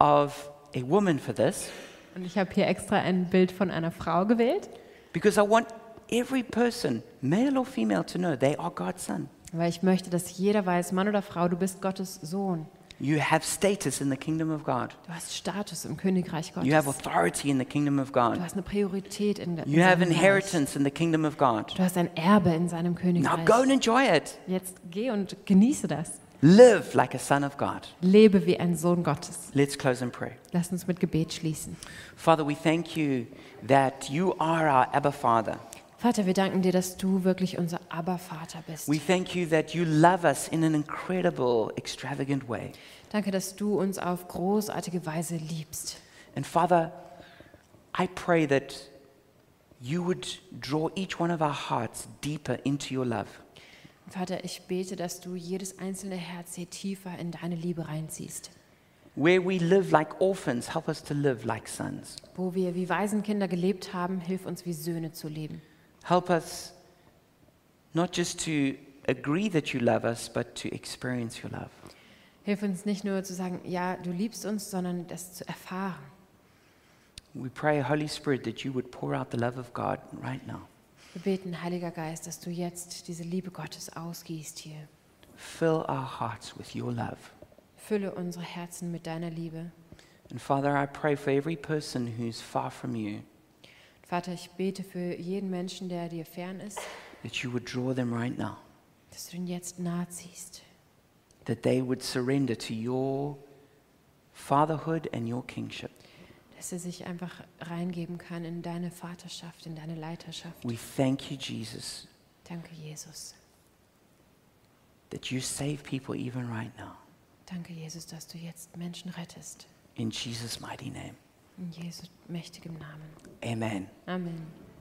of a woman for this
Und ich habe hier extra ein Bild von einer Frau gewählt,
because I want every person, male or female, to know they are God's son.
weil ich möchte, dass jeder weiß, Mann oder Frau, du bist Gottes Sohn.
You have status in the kingdom of God.
Du hast Status im Königreich Gottes.
You have authority in the kingdom of
Du
God.
hast eine Priorität in der
You have inheritance in the kingdom of God.
Du hast ein Erbe in seinem
Now go
Königreich.
and enjoy it.
Jetzt geh und genieße das.
Live like a son of God.
Lebe wie ein Sohn Gottes.
Let's close in prayer.
Lass uns mit Gebet schließen.
Father, we thank you that you are our Abba Father.
Vater, wir danken dir, dass du wirklich unser Abervater bist.
We thank you that you love us in an incredible, extravagant way.
Danke, dass du uns auf großartige Weise liebst.
And Father, I pray that you would draw each one of our hearts deeper into your love.
Vater, ich bete, dass du jedes einzelne Herz hier tiefer in deine Liebe reinziehst.
Where we live like orphans, help us to live like sons.
Wo wir wie Waisenkinder gelebt haben, hilf uns wie Söhne zu leben.
Help us not just to agree that you love us, but to experience your love.
Hilf uns nicht nur zu sagen, ja, du liebst uns, sondern das zu erfahren.
We pray, Holy Spirit, that you would pour out the love of God right now.
Wir beten, Heiliger Geist, dass du jetzt diese Liebe Gottes ausgießt hier.
Fill our hearts with your love.
Fülle unsere Herzen mit deiner Liebe.
And Father, I pray for every person who's far from you,
Vater, ich bete für jeden Menschen, der dir fern ist,
that you would draw them right now,
dass du ihn jetzt nahe ziehst,
that they would surrender to your fatherhood and your kingship.
dass er sich einfach reingeben kann in deine Vaterschaft, in deine Leiterschaft.
We thank you, Jesus,
Danke, Jesus.
that you save people even right now.
Danke, Jesus, dass du jetzt Menschen rettest.
In Jesus' mighty name.
In Jesu mächtigem Namen.
Amen.
Amen.